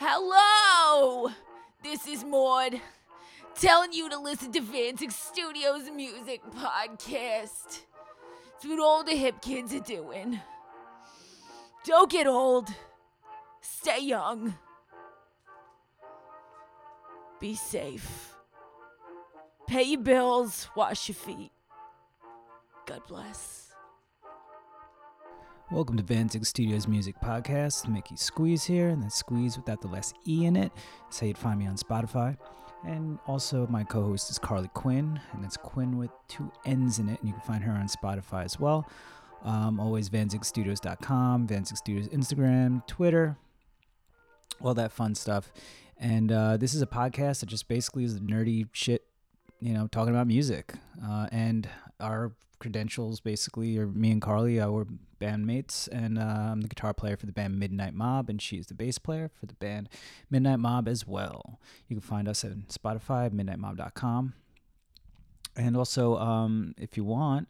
Hello! This is Maud, telling you to listen to Vantic Studios Music Podcast. It's what all the hip kids are doing. Don't get old. Stay young. Be safe. Pay your bills. Wash your feet. God bless. Welcome to Vanzig Studios Music Podcast. Mickey Squeeze here, and that's Squeeze without the less E in it. That's how you'd find me on Spotify. And also, my co host is Carly Quinn, and that's Quinn with two N's in it, and you can find her on Spotify as well. Um, always vanzigstudios.com, Vanzig Studios Instagram, Twitter, all that fun stuff. And uh, this is a podcast that just basically is nerdy shit, you know, talking about music. Uh, and our credentials basically are me and Carly, uh, we're bandmates, and uh, I'm the guitar player for the band Midnight Mob, and she's the bass player for the band Midnight Mob as well. You can find us on Spotify, midnightmob.com. And also, um, if you want,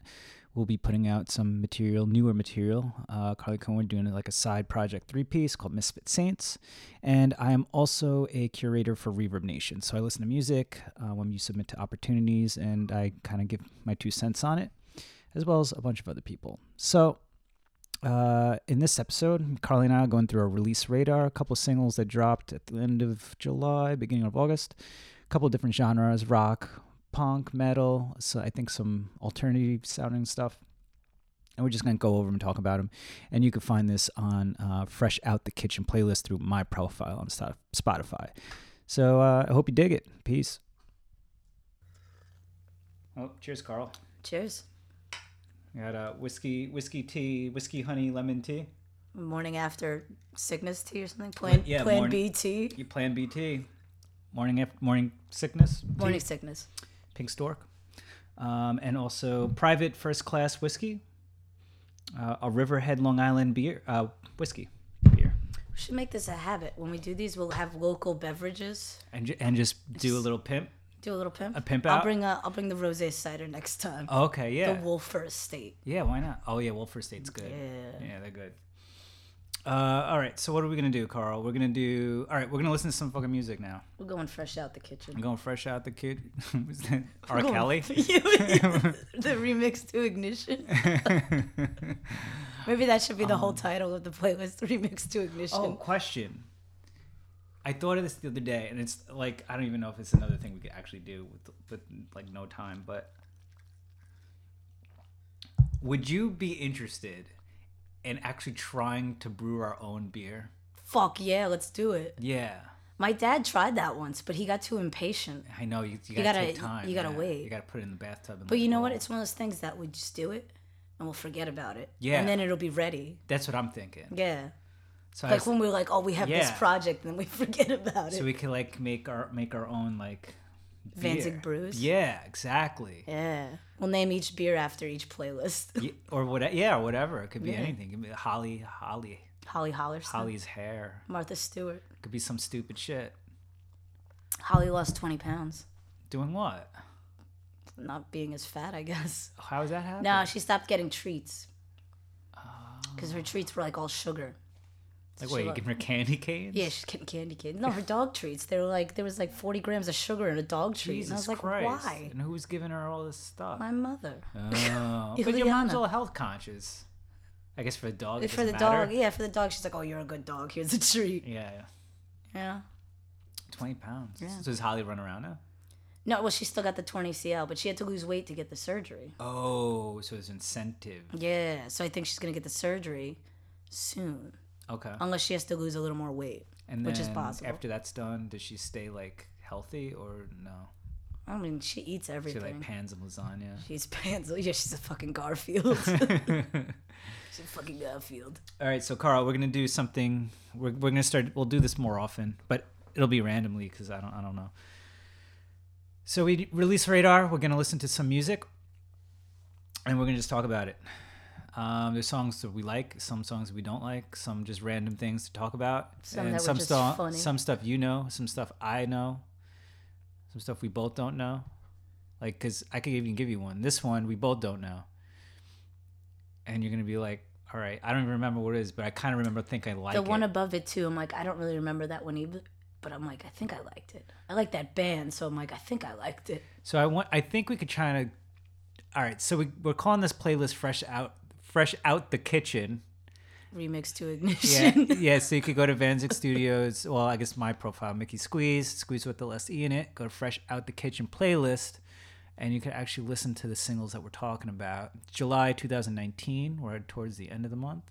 we'll be putting out some material, newer material. Uh, Carly Cohen doing like a side project three piece called Misfit Saints. And I am also a curator for Reverb Nation. So I listen to music uh, when you submit to opportunities and I kind of give my two cents on it, as well as a bunch of other people. So uh, in this episode, Carly and I are going through our release radar, a couple singles that dropped at the end of July, beginning of August, a couple different genres rock, punk, metal, so I think some alternative sounding stuff. And we're just going to go over them and talk about them. And you can find this on uh, Fresh Out the Kitchen playlist through my profile on Sto- Spotify. So uh, I hope you dig it. Peace. Oh, cheers, Carl. Cheers. We got uh, whiskey, whiskey tea, whiskey honey lemon tea. Morning after sickness tea or something. Plan yeah, Plan morning- B tea. You plan BT. Morning, af- morning sickness. tea, Morning sickness. Pink Stork, um, and also private first class whiskey, uh, a Riverhead Long Island beer uh, whiskey beer, We should make this a habit. When we do these, we'll have local beverages. and ju- and just do a little pimp. Do a little pimp. A pimp I'll out? bring a, I'll bring the rosé cider next time. Okay, yeah, The Wolfer Estate. yeah. Why not? Oh yeah, Wolfer State's good. Yeah. yeah, they're good. Uh, all right, so what are we gonna do, Carl? We're gonna do. All right, we're gonna listen to some fucking music now. We're going fresh out the kitchen. I'm going fresh out the kid. Was that R. We're going- Kelly. the remix to ignition. Maybe that should be the whole title of the playlist. Remix to ignition. Um, Oh, question. I thought of this the other day, and it's like I don't even know if it's another thing we could actually do with, with like no time. But would you be interested in actually trying to brew our own beer? Fuck yeah, let's do it. Yeah, My dad tried that once, but he got too impatient. I know you. You, gotta, gotta- take time. you gotta yeah. wait. You gotta put it in the bathtub. And But let you it know what? roll. It's one of those things that we just do it and we'll forget about it. Yeah. And then it'll be ready. that's what I'm thinking. Yeah. So I Like s- when we were like, oh, we have this Yeah. project, and then we forget about so it. we could like make our make our own like beer. Vanzig brews. Yeah, exactly. Yeah. We'll name each beer after each playlist. Ye- or what? Yeah, or whatever. It could be Yeah. anything. It could be Holly, Holly, Holly Hollerson. Holly's hair. Martha Stewart. It could be some stupid shit. Holly lost 20 pounds. Doing what? Not being as fat, I guess. How is that happening? No, she stopped getting treats. Oh. Because her treats were like all sugar. like, she wait, you lo- give her candy canes? Yeah, she's getting candy cane. No, her dog treats. They were like, there was like 40 grams of sugar in a dog treat. Jesus and I was like, Christ. why? And who's giving her all this stuff? My mother. Oh, but your mom's Ileana. all health conscious. I guess for the dog. It for the doesn't matter. dog, yeah, for the dog, she's like, "Oh, you're a good dog. Here's a treat." Yeah, yeah. Yeah. Twenty pounds. Yeah. So does Holly run around now? No, well, she still got the torn ACL, but she had to lose weight to get the surgery. Oh, so it's incentive. Yeah, so I think she's gonna get the surgery soon, Okay. unless she has to lose a little more weight. and then Oh, which is possible. after that's done, does she stay like healthy or no? I mean, she eats She everything. like pans of lasagna. she's pans. Yeah, she's a fucking Garfield. she's a fucking Garfield. All right, so Carl, we're gonna do something. We're, we're gonna start. We'll do this more often, but it'll be randomly because I don't I don't know. So we release radar. We're gonna listen to some music, and we're gonna just talk about it. Um, there's songs that we like, some songs we don't like, some just random things to talk about, Some that were some just sto- funny. some stuff you know, some stuff I know, some stuff we both don't know. Like, cause I could even give you one. This one we both don't know, and you're gonna be like, All right. I don't even remember what it is, but I kind of remember think I like the it. one above it too. I'm like, I don't really remember that one either. But I'm like, I think I liked it. I like that band, so I'm like, I think I liked it. So I want. I think we could try to. All right. So we, we're calling this playlist "Fresh Out." Fresh out the kitchen. Remix to Yeah, ignition. yeah. So you could go to Vanzik Studios. Well, I guess my profile, Mickey Squeeze, Squeeze with the less e in it. Go to Fresh Out the Kitchen playlist, and you can actually listen to the singles that we're talking about. July 2019. We're towards the end of the month,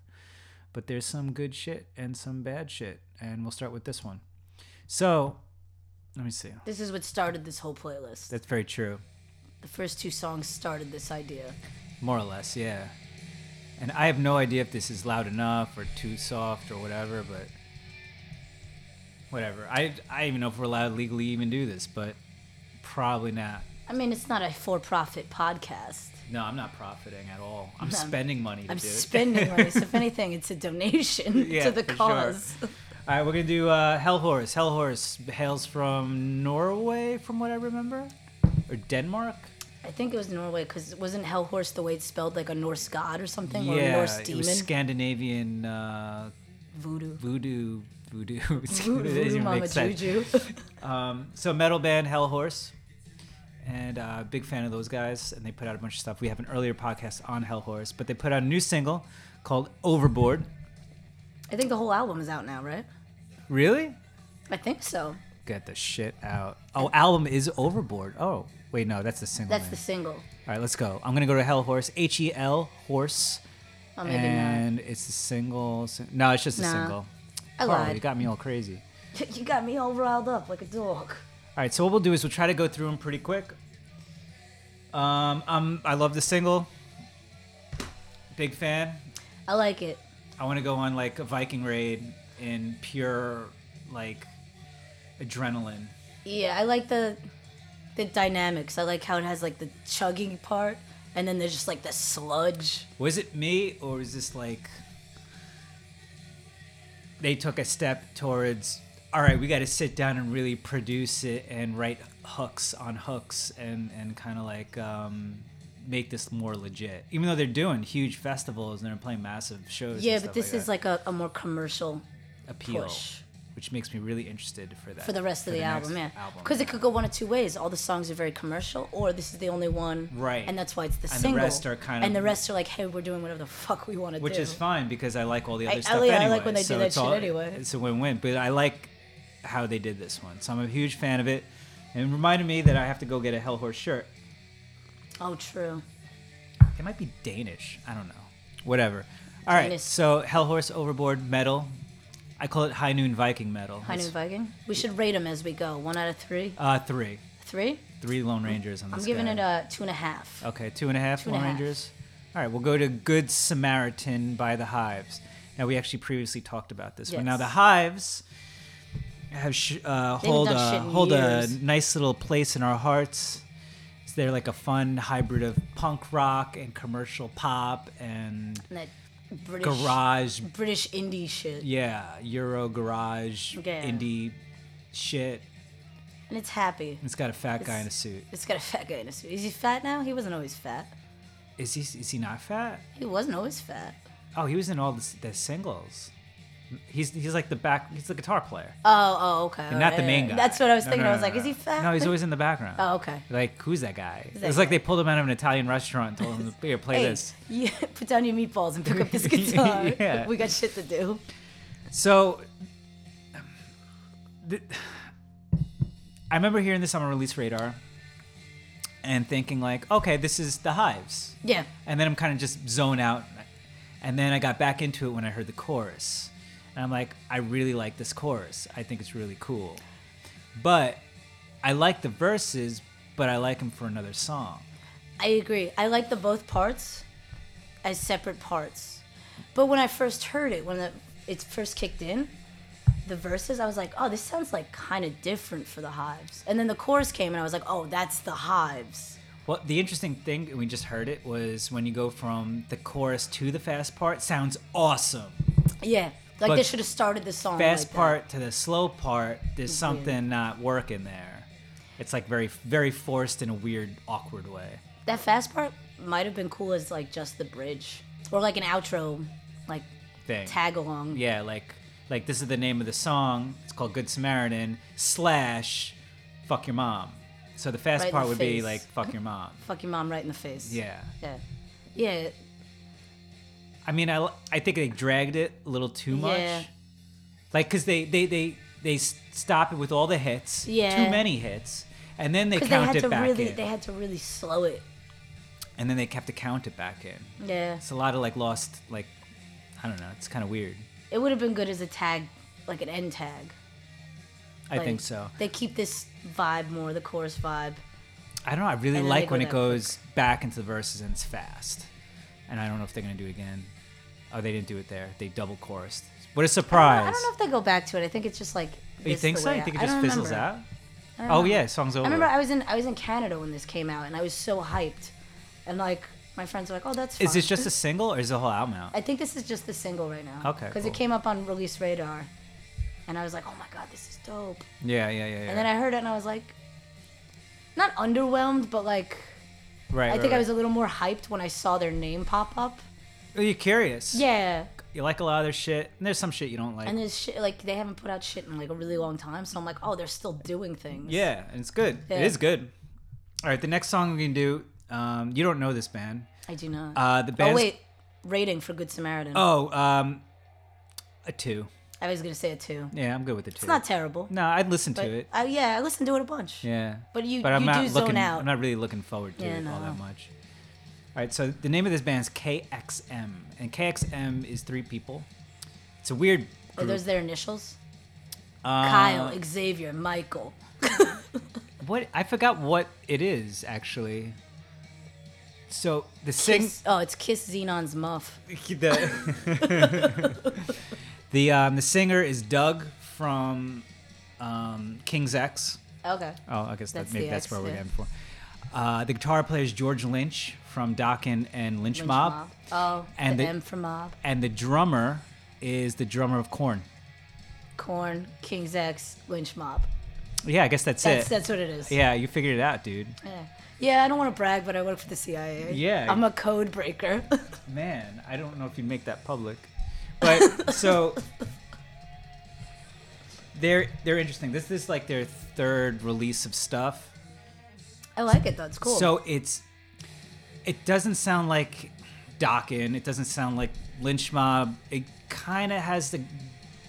but there's some good shit and some bad shit, and we'll start with this one. So, let me see. This is what started this whole playlist. That's very true. The first two songs started this idea. More or less, yeah. And I have no idea if this is loud enough or too soft or whatever, but whatever. I I don't even know if we're allowed legally even do this, but probably not. I mean, it's not a for-profit podcast. No, I'm not profiting at all. I'm No. spending money to I'm do it. spending money. so if anything, it's a donation Yeah, to the for sure. cause. all right, we're gonna do uh, Hell Horse. Hell Horse hails from Norway, from what I remember, or Denmark. I think it was Norway because wasn't Hellhorse the way it's spelled like a Norse god or something or a Norse it demon? was Scandinavian uh, Voodoo. voodoo. Voodoo. Voodoo, It doesn't even make Mama sense. Juju. Um, so metal band Hellhorse, and uh, big fan of those guys. And they put out a bunch of stuff. We have an earlier podcast on Hellhorse, but they put out a new single called Overboard. I think the whole album is out now, right? Really? I think so. Get the shit out. Oh, album is Overboard. Oh, wait, no, that's the single. That's name. the single. All right, let's go. I'm gonna go to Hellhorse. H E L Horse. Oh, maybe and it's the single. sing- No, it's just a Nah, single. I oh, lied. you got me all crazy. not. You got me all riled up like a dog. All right, so what we'll do is we'll try to go through them pretty quick. Um, um, I love the single. Big fan. I like it. I want to go on like a Viking raid in pure like adrenaline. Yeah, I like the the dynamics. I like how it has like the chugging part, and then there's just like the sludge. Was it me or is this like they took a step towards? All right, we got to sit down and really produce it and write hooks on hooks and and kind of like um, make this more legit. Even though they're doing huge festivals and they're playing massive shows. and Yeah, stuff but this is that. like a, a more commercial appeal, push. which makes me really interested for that for the rest of the, next album, yeah. Because it could go one of two ways. All the songs are very commercial, or this is the only one, Right. And that's why it's the And the single. rest are kind and of- the rest are like, hey, we're doing whatever the fuck we want to do. which is fine because I like all the other I- stuff yeah, I anyway. like when they do so that it's shit all- anyway. It's a win-win, but I like how they did this one, so I'm a huge fan of it. And it reminded me that I have to go get a Hellhorse shirt. Oh, true. It might be Danish. I don't know. Whatever. All right. Danish. So Hellhorse Overboard metal. I call it High Noon Viking metal. High Noon It's, Viking. We should rate them as we go. One out of three. Uh, three, Three. three Lone Rangers on this. I'm giving guy. it a two and a half. Okay, two and a half Two and Lone a half. Rangers. All right, we'll go to Good Samaritan by the Hives. Now we actually previously talked about this one. Now Yes. the Hives have sh- uh, They haven't hold done a, shit in hold a years. nice little place in our hearts. So They're like a fun hybrid of punk rock and commercial pop and And that British garage, British indie shit, yeah, Euro garage Yeah. indie shit. and it's happy. It's got a fat guy in a It's- suit. It's got a fat guy in a suit. Is he fat now? He wasn't always fat. Is he is he not fat? He wasn't always fat. Oh, he was in all the, s- the singles. He's he's like the back. He's the guitar player, Oh, oh, okay. and not the main guy. That's what I was No, thinking. no, I was no, like, no, is he no. fat? No, he's always in the background. Oh, okay. Like who's that guy? that it was like guy? they pulled him out of an Italian restaurant, and told him, "Here, play Hey, this." yeah, put down your meatballs and pick up this guitar. Yeah. We got shit to do. So, th- I remember hearing this on a release radar, and thinking like, "Okay, this is the Hives." Yeah. and then I'm kind of just zone out. And then I got back into it when I heard the chorus, and I'm like, I really like this chorus. I think it's really cool, but I like the verses, but I like them for another song. I agree. I like the both parts as separate parts. But when I first heard it, when the, it first kicked in, the verses, I was like, oh, this sounds like kind of different for the hives. And then the chorus came and I was like, oh, that's the hives. Well, the interesting thing and we just heard it was when you go from the chorus to the fast part, sounds awesome. Yeah. Like But they should have started the song. Fast like that. part to the slow part, there's something not working there. It's like very, very forced in a weird, awkward way. That fast part might have been cool as like just the bridge or like an outro like thing. tag along. Yeah, like like this is the name of the song. It's called Good Samaritan slash Fuck Your Mom. So the fast Right in part the would be face. like Fuck Your Mom. Fuck your mom right in the face. Yeah. Yeah. Yeah. I mean, I, I think they dragged it a little too much. Yeah. Like, cause they they they they s- stop it with all the hits. Yeah. Too many hits, and then they Because they count had it to back really, in, they had to really slow it. and then they kept to count it back in. Yeah. It's a lot of like lost like, I don't know. It's kind of weird. It would have been good as a tag, like an end tag. I Like, think so. They keep this vibe more, the chorus vibe. I don't know. I really And then like they when go it that goes back into the verses and it's fast. And I don't know if they're gonna do it again. Oh, they didn't do it there. They double chorused. What a surprise! I don't know if they go back to it. I think it's just like. you this think the so? way You think it I- I just don't fizzles remember. out? I don't Oh know. yeah, song's over. I remember I was in I was in Canada when this came out, and I was so hyped, and like my friends were like, "Oh, that's." Is fun." this just a single or is the whole album out? I think this is just the single right now. Okay, Because cool. it came up on Release Radar, and I was like, "Oh my god, this is dope!" Yeah, yeah, yeah. yeah. And then I heard it, and I was like, not underwhelmed, but like right, I right, think I right. was a little more hyped when I saw their name pop up. Are you curious? Yeah, You like a lot of their shit, and there's some shit you don't like. and there's shit like they haven't put out shit in like a really long time, so I'm like, "Oh, they're still doing things." yeah, and it's good. Yeah. It is good. All right, the next song we can do. Um, you don't know this band. I do not. Uh, the oh band. wait, rating for Good Samaritan. Oh, um, a two. I was gonna say it too. Yeah, I'm good with the two. It's not terrible. No, I'd listen But to it. I, yeah, I listened to it a bunch. Yeah. But you, But I'm you not do looking. zone out. I'm not really looking forward to Yeah, it all no. that much. All right. So the name of this band is KXM, and KXM is three people. It's a weird. Are Group. Uh, those their initials? Kyle, Xavier, Michael. What I forgot what it is actually. So the sing Kiss, oh, it's Kiss Xenon's Muff. the the um, the singer is Doug from um, King's X. Okay. Oh, I guess that, That's maybe the that's X, where we're yeah. getting for. Uh, the guitar player is George Lynch from Dokken and Lynch, Lynch Mob. Mob. Oh, And the, the- M for Mob. and the drummer is the drummer of Corn. Corn, King's X, Lynch Mob. Yeah, I guess that's, That's it. that's what it is. yeah, you figured it out, dude. Yeah. Yeah, I don't want to brag, but I work for the CIA. Yeah. I'm a code breaker. Man, I don't know if you'd make that public, but so they're they're interesting. This is like their third release of stuff. I like it though. It's cool. So it's it doesn't sound like Dokken. It doesn't sound like Lynch Mob. It kind of has the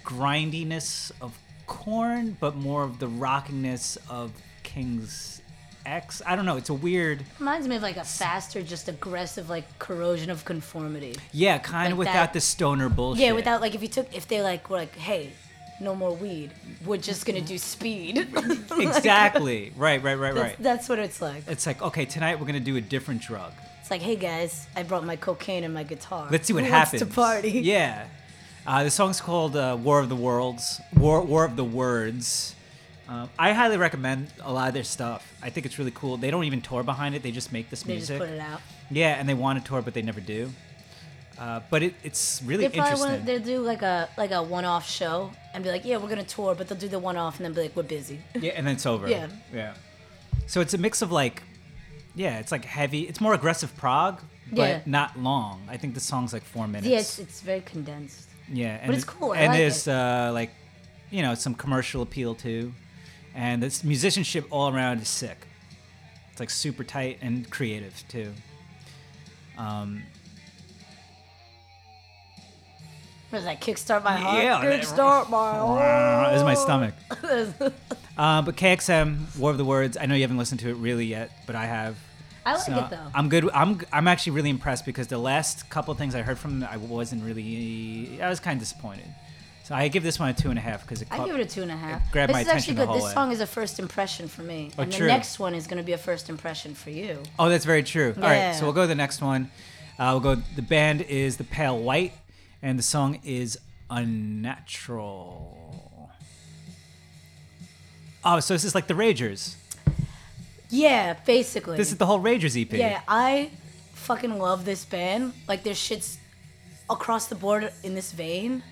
grindiness of Corn, but more of the rockiness of King's X. I don't know. It's a weird, reminds me of like a faster, just aggressive, like corrosion of conformity. yeah, kind of Like without that- the stoner bullshit. Yeah, without like if you took if they like were like, hey, no more weed. We're just gonna do speed. exactly. right, right, right, right. That's, that's what it's like. It's like okay, tonight we're gonna do a different drug. It's like, hey guys, I brought my cocaine and my guitar. Let's see what Who happens. Wants to party? Yeah. Uh, the song's called uh, "War of the Worlds." War, War of the Words. Um, I highly recommend a lot of their stuff. I think it's really cool. They don't even tour behind it; they just make this They music. just put it out. Yeah, and they want to tour, but they never do. Uh, but it, it's really They probably interesting. want they do like a like a one off show and be like, yeah, we're gonna tour, but they'll do the one off and then be like, we're busy. yeah, and then it's over. Yeah. yeah. So it's a mix of like, yeah, it's like heavy. It's more aggressive prog, but Yeah. not long. I think the song's like four minutes. Yeah, it's, it's very condensed. Yeah, and it's cool. I And like there's Uh, like, you know, some commercial appeal too, and this musicianship all around is sick. It's like super tight and creative too. Um, Was that kickstart my heart? Yeah, that- kickstart my heart. this is my stomach. Uh, but KXM, War of the Words. I know you haven't listened to it really yet, but I have. I like So it though. I'm good. I'm I'm actually really impressed because the last couple things I heard from them, I wasn't really. I was kind of disappointed. So I give this one a two and a half because it. I caught- give it a two and a half. it grabbed this my is actually attention the good. whole This way. song is a first impression for me, Oh, and true. the next one is going to be a first impression for you. Oh, that's very true. All right, so Yeah. we'll go to the next one. Uh, we'll go. The band is the Pale White, and the song is Unnatural. Oh, so this is like the Ragers. Yeah, basically. This is the whole Ragers E EP. yeah, I fucking love this band. Like their shit's across the board in this vein.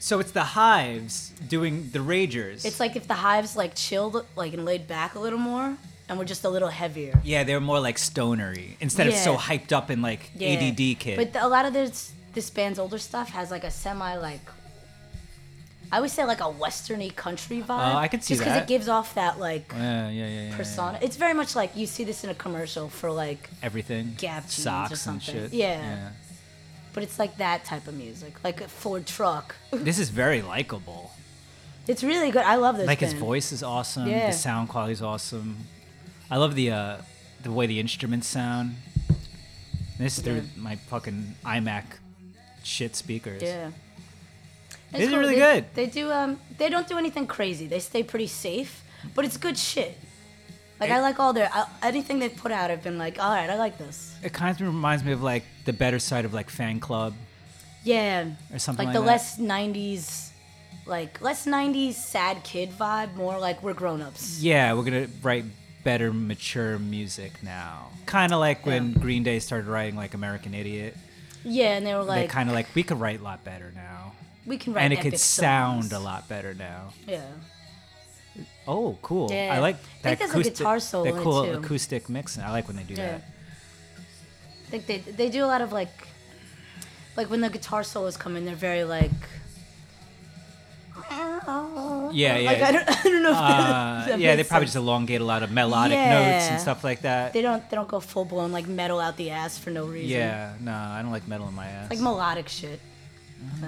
So it's the Hives doing the Ragers. It's like if the hives like chilled, like and laid back a little more, and we're just a little heavier. yeah, they're more like stonery instead of so Yeah. hyped up and like Yeah. ADD kid. But the- a lot of their s- this band's older stuff has like a semi like I would say like a westerny country vibe. Oh, I could see just that. Oh, it gives off that like Yeah, yeah, yeah, yeah, yeah. persona. It's very much like you see this in a commercial for like, Everything. Gap jeans or Socks something. and shit. Yeah. but it's like that type of music, like a Ford truck. This is very likable. It's really good. I love this. Like his band. voice is awesome. Yeah. The sound quality is awesome. I love the uh, the way the instruments sound. This is through Yeah. my fucking iMac shit speakers. Yeah. These It's are cool. really They- good. They do um they don't do anything crazy. They stay pretty safe, but it's good shit. Like I like all their I, anything they've put out. I've been like, all right, I like this. It kind of reminds me of like the better side of like fan club. Yeah, Or something the like that. less '90s, like less '90s sad kid vibe. More like we're grown ups. Yeah, we're gonna write better, mature music now. Kind of like when Green Day started writing like American Idiot. Yeah, and they were they like, kind of like we could write a lot better now, we can write and it epic could songs." sound a lot better now. Yeah, Oh, cool! I Yeah. like that I think there's a acoustic, guitar solo in that it, cool too. acoustic mix. I like when they do yeah. that. I think they they do a lot of like, like when the guitar solos come in, they're very like. Yeah, yeah. Like I don't, I don't know if Uh, that, that yeah, they makes probably sense. just elongate a lot of melodic notes Yeah. and stuff like that. They don't they don't go full blown like metal out the ass for no reason. yeah, no, I don't like metal in my ass. Like melodic shit. So.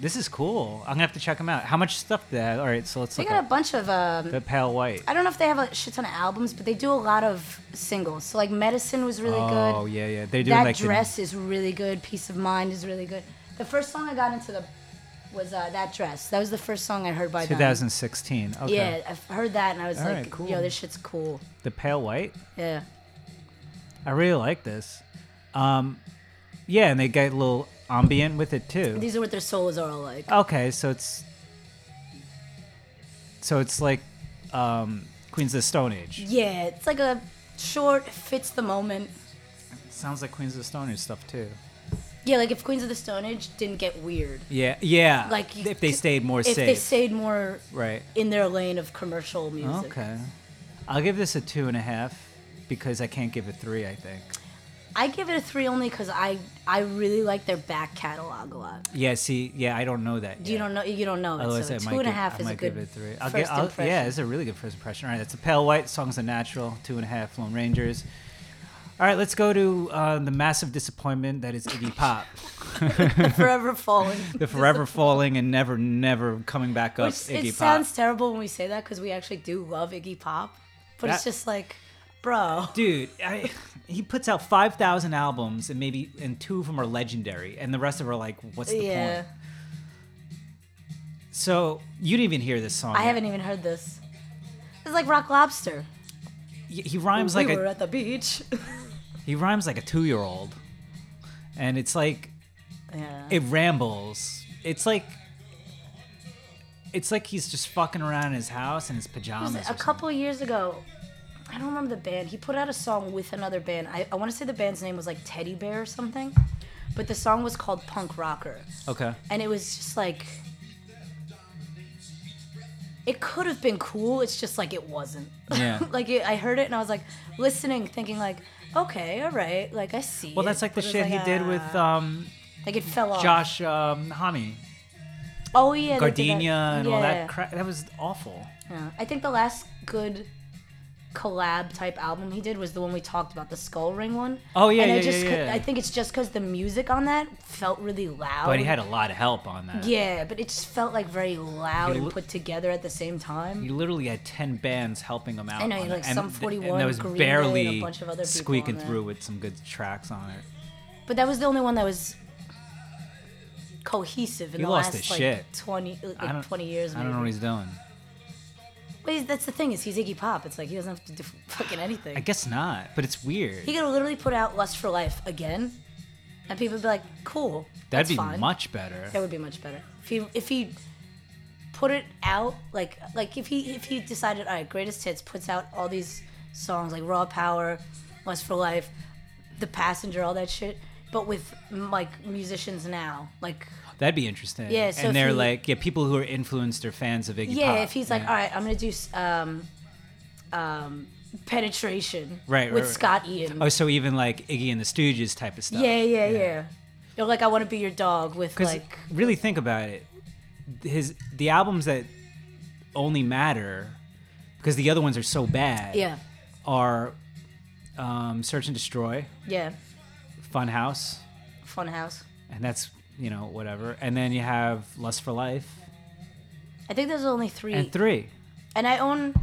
this is cool. I'm gonna have to check them out. How much stuff do they have? All right, so let's They look got a at bunch of um the pale white. I don't know if they have a shit ton of albums, but they do a lot of singles. So like Medicine was really oh good. yeah, yeah. They're doing That like the- dress is really good. Peace of Mind is really good. The first song I got into the was uh, that dress. That was the first song I heard by them. 2016. Okay. Yeah, I've heard that and I was All like, right, cool. yo, this shit's cool. The pale white. Yeah. I really like this. Um, yeah, and they get a little ambient with it too. These are what their solos are all like. Okay, so it's so it's like um, Queens of the Stone Age. Yeah, it's like a short, fits the moment. Sounds like Queens of the Stone Age stuff too. Yeah, like if Queens of the Stone Age didn't get weird. Yeah, yeah. Like you if they could- stayed more if safe, they stayed more right? in their lane of commercial music. Okay, I'll give this a two and a half because I can't give it three. I think. I give it a three only because I I really like their back catalog a lot. Yeah. See. Yeah, I don't know that. You yet. don't know you don't know it, Otherwise, so I two might and a give- half I is a might good give it three. I'll 1st get, I'll, impression. yeah, it's a really good first impression. All right, that's a pale white. Songs a natural. Two and a half. Lone Rangers. All right, let's go to uh, the massive disappointment that is Iggy Pop, Forever falling. the forever falling and never, never coming back up. Which, Iggy it Pop. sounds terrible when we say that because we actually do love Iggy Pop, but it's That- just like, bro. Dude, I, he puts out five thousand albums, and maybe and two of them are legendary, and the rest of them are like, what's the Yeah, point? So you didn't even hear this song. I yet. haven't even heard this. It's like Rock Lobster. He he rhymes we like a were at the beach. he rhymes like a two year old, and it's like yeah. it rambles. It's like it's like he's just fucking around in his house in his pajamas. was or a something. couple years ago. I don't remember the band. He put out a song with another band. I, I want to say the band's name was like Teddy Bear or something, but the song was called Punk Rocker, Okay. and it was just like it could have been cool. It's just like it wasn't. Yeah. like it, I heard it and I was like listening, thinking like, okay, all right, like I see. Well, it, that's like the but it's shit he did with ah. um, like it fell off. Josh um, Hami, oh yeah, they did that. Gardenia, and all Yeah. Oh, that crap. That was awful. Yeah. I think the last good collab type album he did was the one we talked about, the Skull Ring one. Oh, yeah, and I yeah, just yeah, could- yeah. I think it's just because the music on that felt really loud. But he had a lot of help on that. yeah, but it just felt like very loud He and lo- put together at the same time. He literally had ten bands helping him out. I know, he on had, it, like, and Sum th- 41, and that was Green Day, and a barely bunch of other people squeaking on there. through with some good tracks on it. But that was the only one that was cohesive in He the lost last his like shit. twenty uh, I don't, like twenty years. I don't know what maybe. he's doing. But he's- that's the thing is he's Iggy Pop. It's like he doesn't have to do fucking anything. I guess not, but it's weird. he could literally put out Lust for Life again, and people would be like, "Cool, That'd that's be fine. much better. That would be much better. If he if he put it out like like if he if he decided all right, greatest hits puts out all these songs like Raw Power, Lust for Life, The Passenger, all that shit, but with m- like musicians now, like That'd be interesting. Yeah, so if and they're he- like, yeah, people who are influenced or fans of Iggy yeah, Pop, if he's like yeah. all right, I'm gonna do s- um um penetration Right, right, with right. Scott Ian. oh, so even like Iggy and the Stooges type of stuff. yeah, yeah, yeah, You're like, I want to be your dog with Because like. really think about it, his the albums that only matter because the other ones are so bad. Yeah. Are um, Search and Destroy, Yeah. Funhouse, Funhouse. and that's you know whatever, and then you have Lust for Life I think there's only three. and Three. and I own,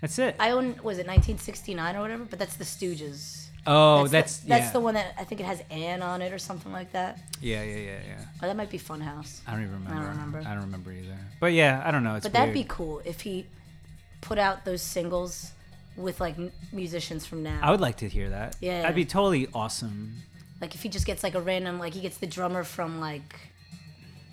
That's it. I own, was it 1969 or whatever? But that's the Stooges. oh, that's that's the, yeah. that's the one that I think it has Anne on it or something like that. Yeah, yeah, yeah, yeah. Or that might be Funhouse. I don't even remember. remember. I don't remember either. But yeah, I don't know. It's But that'd be weird. cool if he put out those singles with like m- musicians from now. I would like to hear that. Yeah. that'd be totally awesome. like if he just gets like a random, like he gets the drummer from like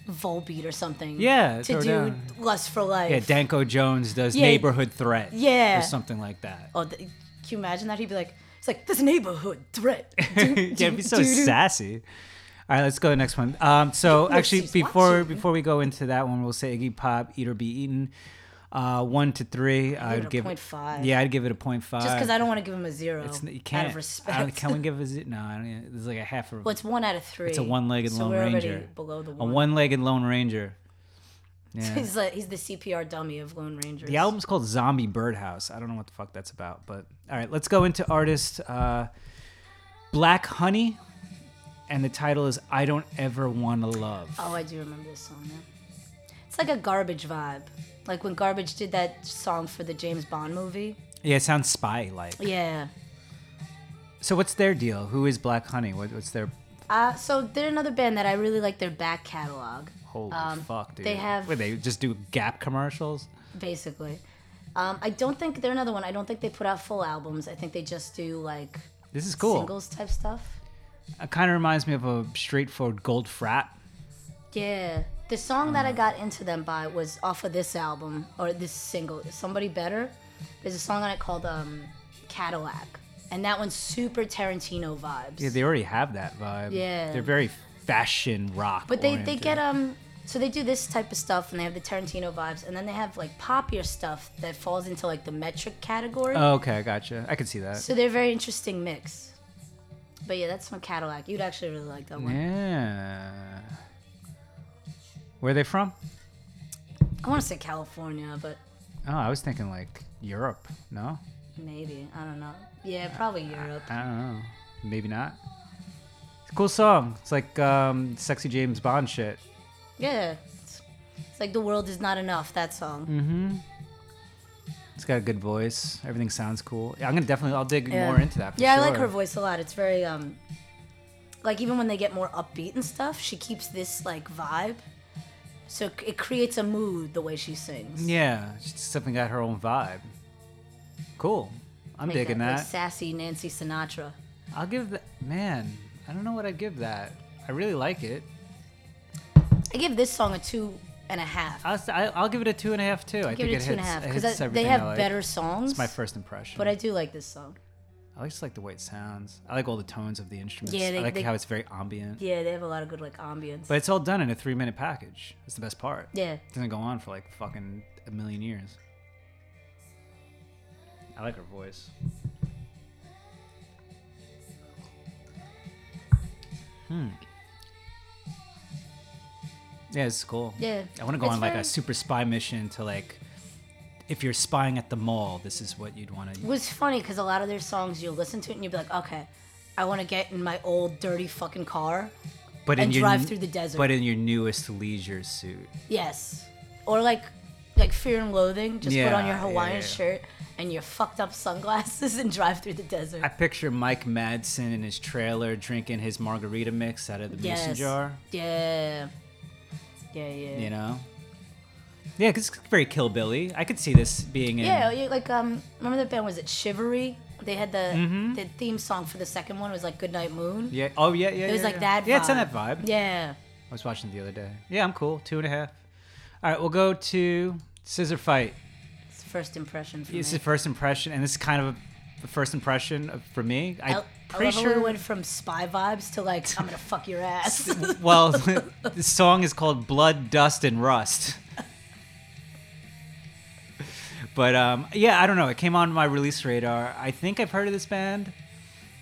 Volbeat or something. Yeah, To throw do down. Lust for Life. Yeah, Danko Jones does Yeah. Neighborhood Threat. Yeah. Or something like that. Oh, th- can you imagine that? He'd be like, it's like this neighborhood threat. yeah, it'd be so do-do. sassy. All right, let's go to the next one. Um, so actually, she's before watching. before we go into that one, we'll say Iggy Pop, Eat or Be Eaten. Uh, one to three, I it would a give 0.5. Yeah, I'd give it a point five. Just because I don't want to give him a zero. Uh, It's- you can't. Out of respect. I don't- can we give a zero? No, I don't, there's like a half of. well, it's one out of three. it's a one-legged so Lone we're already Ranger. below the a one. one-legged Lone Ranger. Yeah. he's, like, he's the CPR dummy of Lone Rangers. The album's called Zombie Birdhouse. I don't know what the fuck that's about, but all right, let's go into artist uh, Black Honey, and the title is "I Don't Ever Want to Love." Oh, I do remember this song now. It's like a garbage vibe. Like when Garbage did that song for the James Bond movie. Yeah, it sounds spy-like. Yeah. So what's their deal? Who is Black Honey? What, what's their Uh, so they're another band that I really like their back catalog, holy Um, fuck, dude? they have- Wait, they just do Gap commercials. basically. Um, I don't think they're another one. I don't think they put out full albums. I think they just do like This is cool. singles type stuff. It kind of reminds me of a straightforward gold frat. Yeah. The song that I Mm. got into them by was off of this album or this single, Somebody Better. There's a song on it called um, Cadillac. And that one's super Tarantino vibes. Yeah, they already have that vibe. Yeah. they're very fashion rock. But they, they oriented. get um so they do this type of stuff and they have the Tarantino vibes and then they have like poppier stuff that falls into like the metric category. Oh, okay, I gotcha. I can see that. so they're a very interesting mix. But yeah, that's from Cadillac. You'd actually really like that one. Yeah. Where are they from? I want to say California, but Oh, I was thinking like Europe. No, maybe I don't know. Yeah, probably Europe. I don't know. Maybe not. It's a cool song. It's like um, sexy James Bond shit. Yeah, it's, it's like the world is not enough. That song. Mm, It's got a good voice. Everything sounds cool. Yeah, I'm gonna definitely. I'll dig Yeah. more into that. For yeah, I like sure. her voice a lot. It's very um like even when they get more upbeat and stuff, she keeps this like vibe. So c- it creates a mood the way she sings. Yeah, she's definitely got her own vibe. Cool. I'm Like digging like that. sassy Nancy Sinatra. I'll give that. Man, I don't know what I'd give that. I really like it. I give this song a two and a half. I'll, s- I- I'll give it a two and a half too. I give think it a it two and a hits- half it because hits they everything I have like. better songs. It's my first impression. But I do like this song. I just like the way it sounds. I like all the tones of the instruments. Yeah, they- I like they- how it's very ambient. Yeah, they have a lot of good like ambience. But it's all done in a three minute package. That's the best part. yeah, It doesn't go on for like fucking a million years. I like her voice. Hmm. Yeah, it's cool. Yeah, I want to go it's on like very- a super spy mission to like, if you're spying at the mall, this is what you'd want to. it was funny because a lot of their songs you listen to it and you'd be like, okay, I want to get in my old dirty fucking car. But and your drive n- through the desert. But in your newest leisure suit. Yes. Or like like Fear and Loathing, just put on Yeah, your yeah, Hawaiian yeah. shirt and your fucked up sunglasses and drive through the desert. I picture Mike Madsen in his trailer drinking his margarita mix out of the yes. mason jar. Yeah. Yeah, yeah. You know. Yeah, 'cause it's very Kill Billy. I could see this being in. Yeah, you- like um remember that band was it Shivery? They had the Mm-hmm. the theme song for the second one was like Goodnight Moon. Yeah. Oh yeah, yeah. It was yeah, like yeah. that Yeah, it's in vibe. that vibe. Yeah. I was watching it the other day. Yeah, I'm cool. Two and a half. All right, we'll go to Scissor Fight. It's first impression for This me. is first impression, and this is kind of a first impression of, for me. I'm I, I pretty love how we sure. went from spy vibes to like I'm gonna fuck your ass. well, the song is called Blood, Dust, and Rust. But um, yeah, I don't know. It came on my release radar. I think I've heard of this band,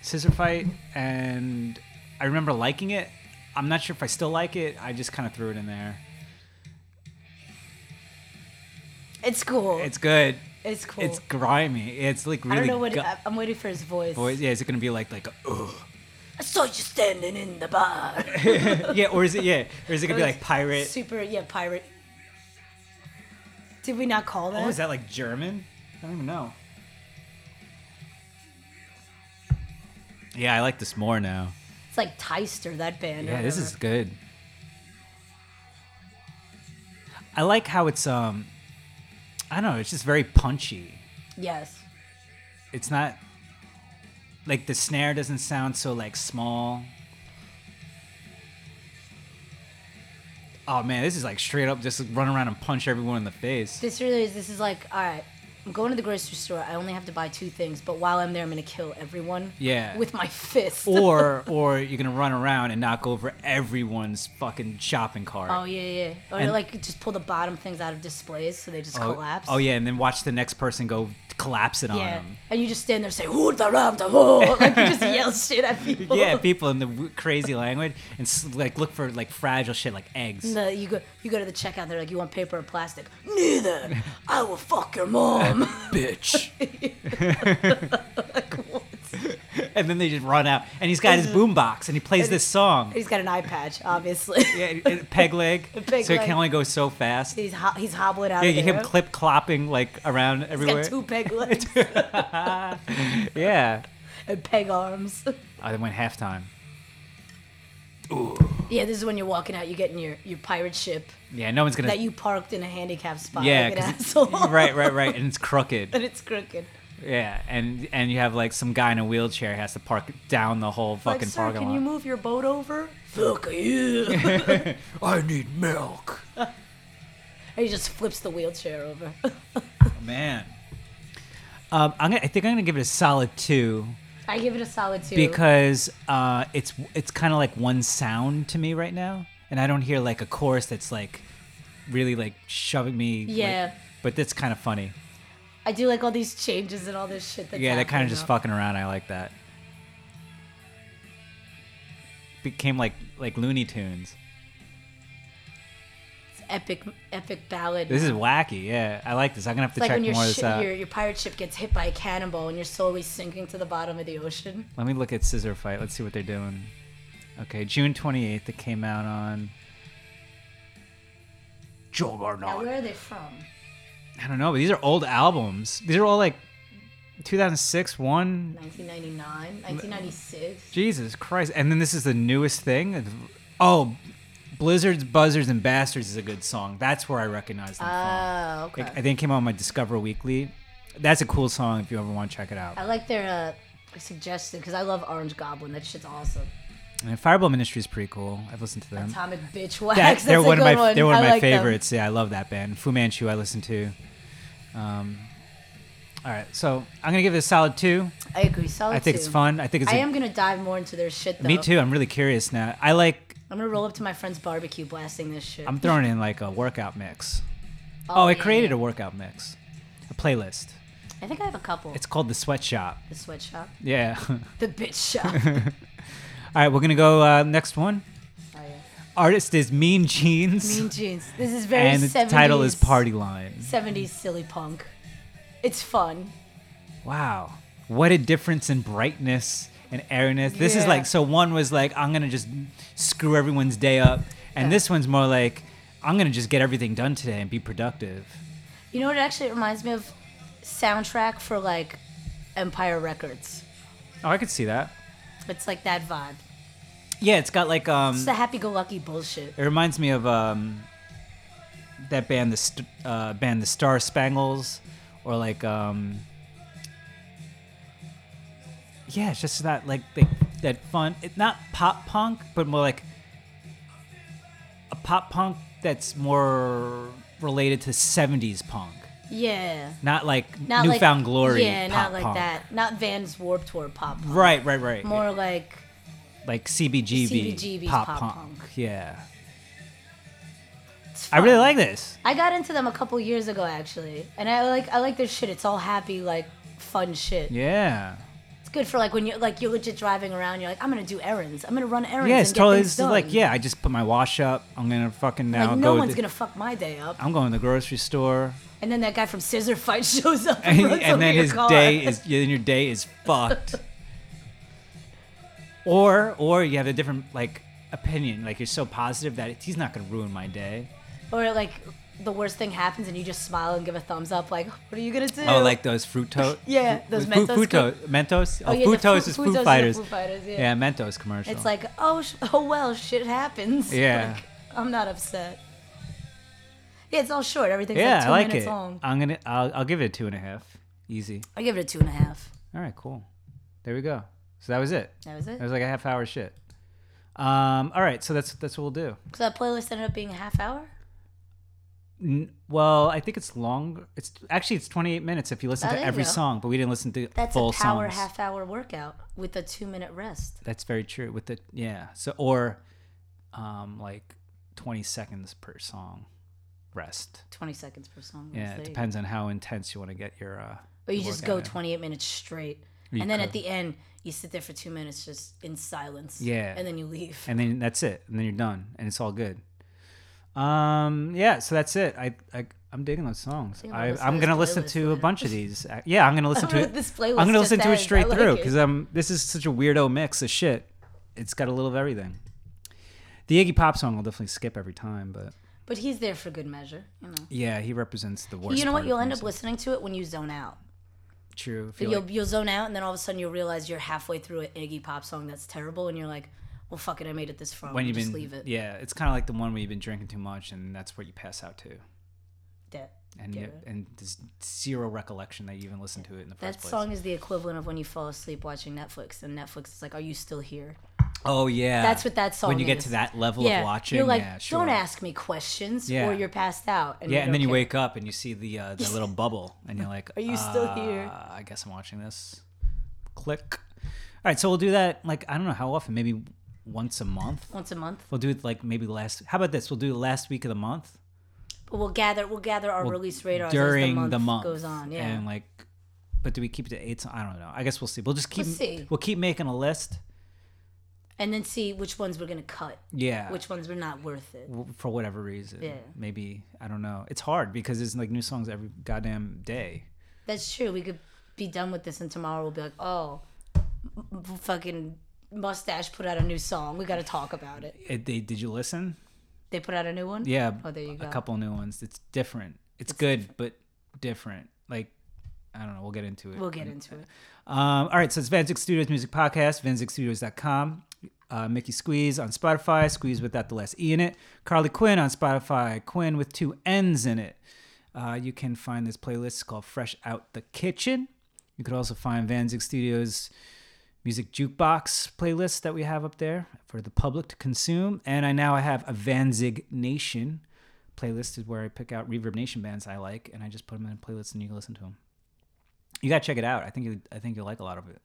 Scissor Fight, and I remember liking it. I'm not sure if I still like it. I just kind of threw it in there. It's cool. It's, It's good. cool. It's grimy. It's like really. I don't know what gut- I- I'm waiting for his voice. voice. Yeah, is it gonna be like like ugh? I saw you standing in the bar. yeah, or is it yeah, or is it gonna be It's like pirate? Super, yeah, pirate. Did we not call that? Oh, is that like German? I don't even know. Yeah, I like this more now. It's like Tyster, that band. or Yeah, this whatever. is good. I like how it's um, I don't know. It's just very punchy. Yes. It's not like the snare doesn't sound so like small. Oh man, this is like straight up just run around and punch everyone in the face. This really is. This is like, all right. I'm going to the grocery store. I only have to buy two things, but while I'm there, I'm gonna kill everyone. Yeah. With my fist. or or you're gonna run around and knock over everyone's fucking shopping cart. oh yeah, yeah. Or And- like just pull the bottom things out of displays so they just Oh- collapse. Oh, yeah, and then watch the next person go collapse it on Yeah. them. And you just stand there and say, "Who's around the world?" Like you just yell shit at people. Yeah, people in the w- crazy language and s- like look for like fragile shit like eggs. No, you go. You go to the checkout. They're like, "You want paper or plastic?" Neither. I will fuck your mom. Bitch. and then they just run out, and he's got his boombox, and he plays this song. He's got an eye patch, obviously. Yeah, and- and peg leg, Peg so he leg. can only go so fast. He's ho- he's hobbling out Yeah, of you hear there. him clip clopping like around He's everywhere. got two peg legs yeah. and peg arms. Oh, they went halftime. Yeah, this is when you're walking out. You get in your, your pirate ship Yeah, no one's gonna. that you parked in a handicap spot. yeah, like an 'cause- asshole. right, right, right, and it's crooked. and it's crooked. Yeah, and and you have like some guy in a wheelchair has to park down the whole fucking like, sir, parking can lot. you move your boat over? Fuck you. I need milk, and he just flips the wheelchair over. man. Um, I'm gonna, I think I'm gonna give it a solid two I give it a solid two. because uh, it's it's kind of like one sound to me right now, and I don't hear like a chorus that's like really like shoving me. like- Yeah. but that's kind of funny. I do like all these changes and all this shit. That's Yeah, they're kind of happening just now. fucking around. I like that. Became like like Looney Tunes. It's epic, epic ballad. This is wacky. Yeah, I like this. I'm gonna have to It's like check when your, more of shi- this out. your your pirate ship gets hit by a cannonball and you're slowly sinking to the bottom of the ocean. Let me look at Scissor Fight. Let's see what they're doing. Okay, June 28th. It came out on. Now, Juggernaut. where are they from? I don't know, but these are old albums. These are all like 2006, one. 1999, 1996. Jesus Christ! And then this is the newest thing. Oh, Blizzards, Buzzards, and Bastards is a good song. That's where I recognize them Oh, from. okay. I I think it came out on my Discover Weekly. That's a cool song if you ever want to check it out. I like their uh, suggestion because I love Orange Goblin. That shit's awesome. And Fireball Ministry is pretty cool. I've listened to them. Atomic Bitch Wax. Um, that, That's they're a one of good my one. they're one of I my like them. favorites. Yeah, I love that band. Fu Manchu, I listen to. Um, all right, so I'm gonna give it a solid two. I agree. Solid I think it's Oh, two. fun. I think it's. I a- am gonna dive more into their shit though. me too. I'm really curious now. I like. I'm gonna roll up to my friend's barbecue blasting this shit. I'm throwing in like a workout mix. Oh, Oh, I yeah, created yeah. a workout mix, a playlist. I think I have a couple. It's called the Sweatshop. the sweatshop, Yeah. all the bitch shop. oh, right, we're gonna go uh, next one. yeah. Artist is Mean Jeans, Mean jeans. This is very. and the 70s, title is Party Line. 70s silly punk. It's fun. Wow. What a difference in brightness and airiness. This is Yeah. like, so one was like, I'm going to just screw everyone's day up. And this one's more like, I'm going to just get everything done today and be productive. You know what? It actually reminds me of soundtrack for like Empire Records. Oh, I could see that. It's like that vibe. Yeah, it's got like, um, It's the happy-go-lucky bullshit. it reminds me of um, that band, the st- uh, band The Star Spangles, or like, um, yeah, it's just that like they, that fun. It's not pop punk, but more like a pop punk that's more related to '70s punk, Yeah. not like Not like- newfound glory. Yeah, pop not like punk. that. Not Van's Warped Tour pop punk. Right, right, right. More like like CBGB, CBGB's pop, pop punk. punk. Yeah, it's I really fun. like this. I got into them a couple years ago actually, and I like I like their shit. It's all happy, like fun shit. Yeah. It's good for like when you're like you're legit driving around. You're like, I'm gonna do errands. I'm gonna run errands. Yeah, and it's get totally. things This is like, done." yeah, I just put my wash up. I'm gonna fucking now Like go. no to one's the- gonna fuck my day up. I'm going to the grocery store, And then that guy from Scissor Fight shows up and, and, runs and over then your his car. day is then your day is fucked. or or you have a different like opinion. Like you're so positive that he's not gonna ruin my day. or like the worst thing happens and you just smile and give a thumbs up. Like, what are you gonna do? Oh, like those fruit toast. Yeah, those Fu- Mentos Futo- Mentos. Oh, yeah, the Futos Fu- is Futos is Foo the Fighters. Foo Fighters, yeah. Mentos commercial. it's like, oh, sh- oh well, shit happens. Yeah. Like, I'm not upset. Yeah, it's all short. Everything's yeah, like two I like minutes it. long. I'm gonna. I'll, I'll give it a two and a half. Easy. I give it a two and a half. All right, cool. There we go. So that was it. That was it. That was like a half hour shit. Um. All right. So that's that's what we'll do. So that playlist ended up being a half hour. N- Well, I think it's long. It's actually it's 28 minutes if you listen Oh, to there you every go. song, but we didn't listen to That's full a power songs. half hour workout with a two minute rest. That's very true. With the yeah. So or, um, like 20 seconds per song, rest. Twenty seconds per song. Yeah, it There you go. depends on how intense you want to get your. Uh, But you your just workout go in. 28 minutes straight. You and then at could. the end, you sit there for two minutes just in silence. Yeah. And then you leave. and then that's it, and then you're done, and it's all good. Um, yeah, so that's it. I, I I'm digging those songs. I'm gonna I, I'm gonna listen listen to this playlist to a later. bunch of these. Uh, Yeah, I'm gonna listen to it. This playlist I'm gonna just listen to it ends. I straight like through it. because um, this is such a weirdo mix of shit. It's got a little of everything. The Iggy Pop song I'll definitely skip every time, but But he's there for good measure, you know. yeah, he represents the worst. you know part what? of You'll end up music. listening to it when you zone out. True. if You'll, you're like- you'll zone out, and then all of a sudden you'll realize you're halfway through an Iggy Pop song that's terrible, and you're like, well, fuck it, I made it this far. when we'll you've just been leave it. yeah, it's kind of like the one where you've been drinking too much, and that's what you pass out to, Dead. and you, Yeah. and there's zero recollection that you even listened to it in the first That place. song is the equivalent of when you fall asleep watching Netflix, and Netflix is like, are you still here? Oh yeah, That's what that song When you get is. to that level of watching, You're like, yeah, sure. don't ask me questions, Yeah. or you're passed out. And Yeah, you and then don't you care. wake up and you see the uh, the little bubble, and you're like, Are you still "Uh, here?" I guess I'm watching this. Click. All right, so we'll do that. Like I don't know how often, maybe once a month. once a month. We'll do it like maybe last. How about this? We'll do the last week of the month But we'll gather we'll gather our release radar during as the month goes on. Yeah. and like. But do we keep it to eight? so- I don't know. I guess we'll see. We'll just keep. We'll see. we'll keep making a list. and then see which ones we're gonna cut, Yeah. which ones were not worth it. w- for whatever reason. Yeah. Maybe I don't know. It's hard because it's like new songs every goddamn day. That's true. We could be done with this, and tomorrow we'll be like, oh, m- m- fucking mustache put out a new song. We got to talk about it. It, they, did you listen? They put out a new one. Yeah. Oh, there you A go. couple new ones. It's different. It's, good, but different. Like I don't know. We'll get into it. We'll get into it. Um, all right, so it's Vanzig Studios Music Podcast, vanzigstudios.com. Uh, Mickey Squeeze on Spotify, Squeeze without the less E in it. Carly Quinn on Spotify, Quinn with two N's in it. Uh, you can find this playlist called Fresh Out the Kitchen. You could also find Vanzig Studios Music Jukebox playlist that we have up there for the public to consume. And I now have a Vanzig Nation playlist is where I pick out Reverb Nation bands I like, and I just put them in a playlist and you can listen to them. You gotta check it out. I think you, I think you'll like a lot of it.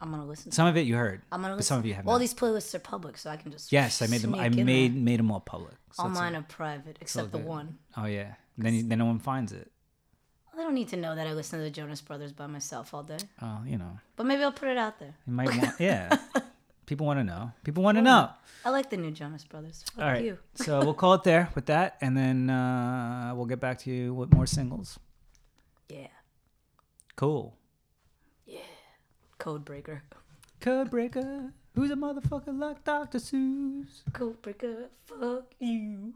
I'm gonna listen. To Some of it you heard. I'm gonna but listen. some of you have All not. these playlists are public, so I can just yes, I made them. I sneak in made there. made them all public. So all it's all- mine are private except the good. one. oh yeah. And then you- then no one finds it. I don't need to know that I listen to the Jonas Brothers by myself all day, Oh, you know, but maybe I'll put it out there. you might want. Yeah, people want to know. People want to know. I like the new Jonas Brothers. Fuck All right. you. so we'll call it there with that, and then uh, we'll get back to you with more singles. Yeah. Cool. Code breaker. Code breaker. Who's a motherfucker like Dr. Seuss? Code breaker. Fuck you.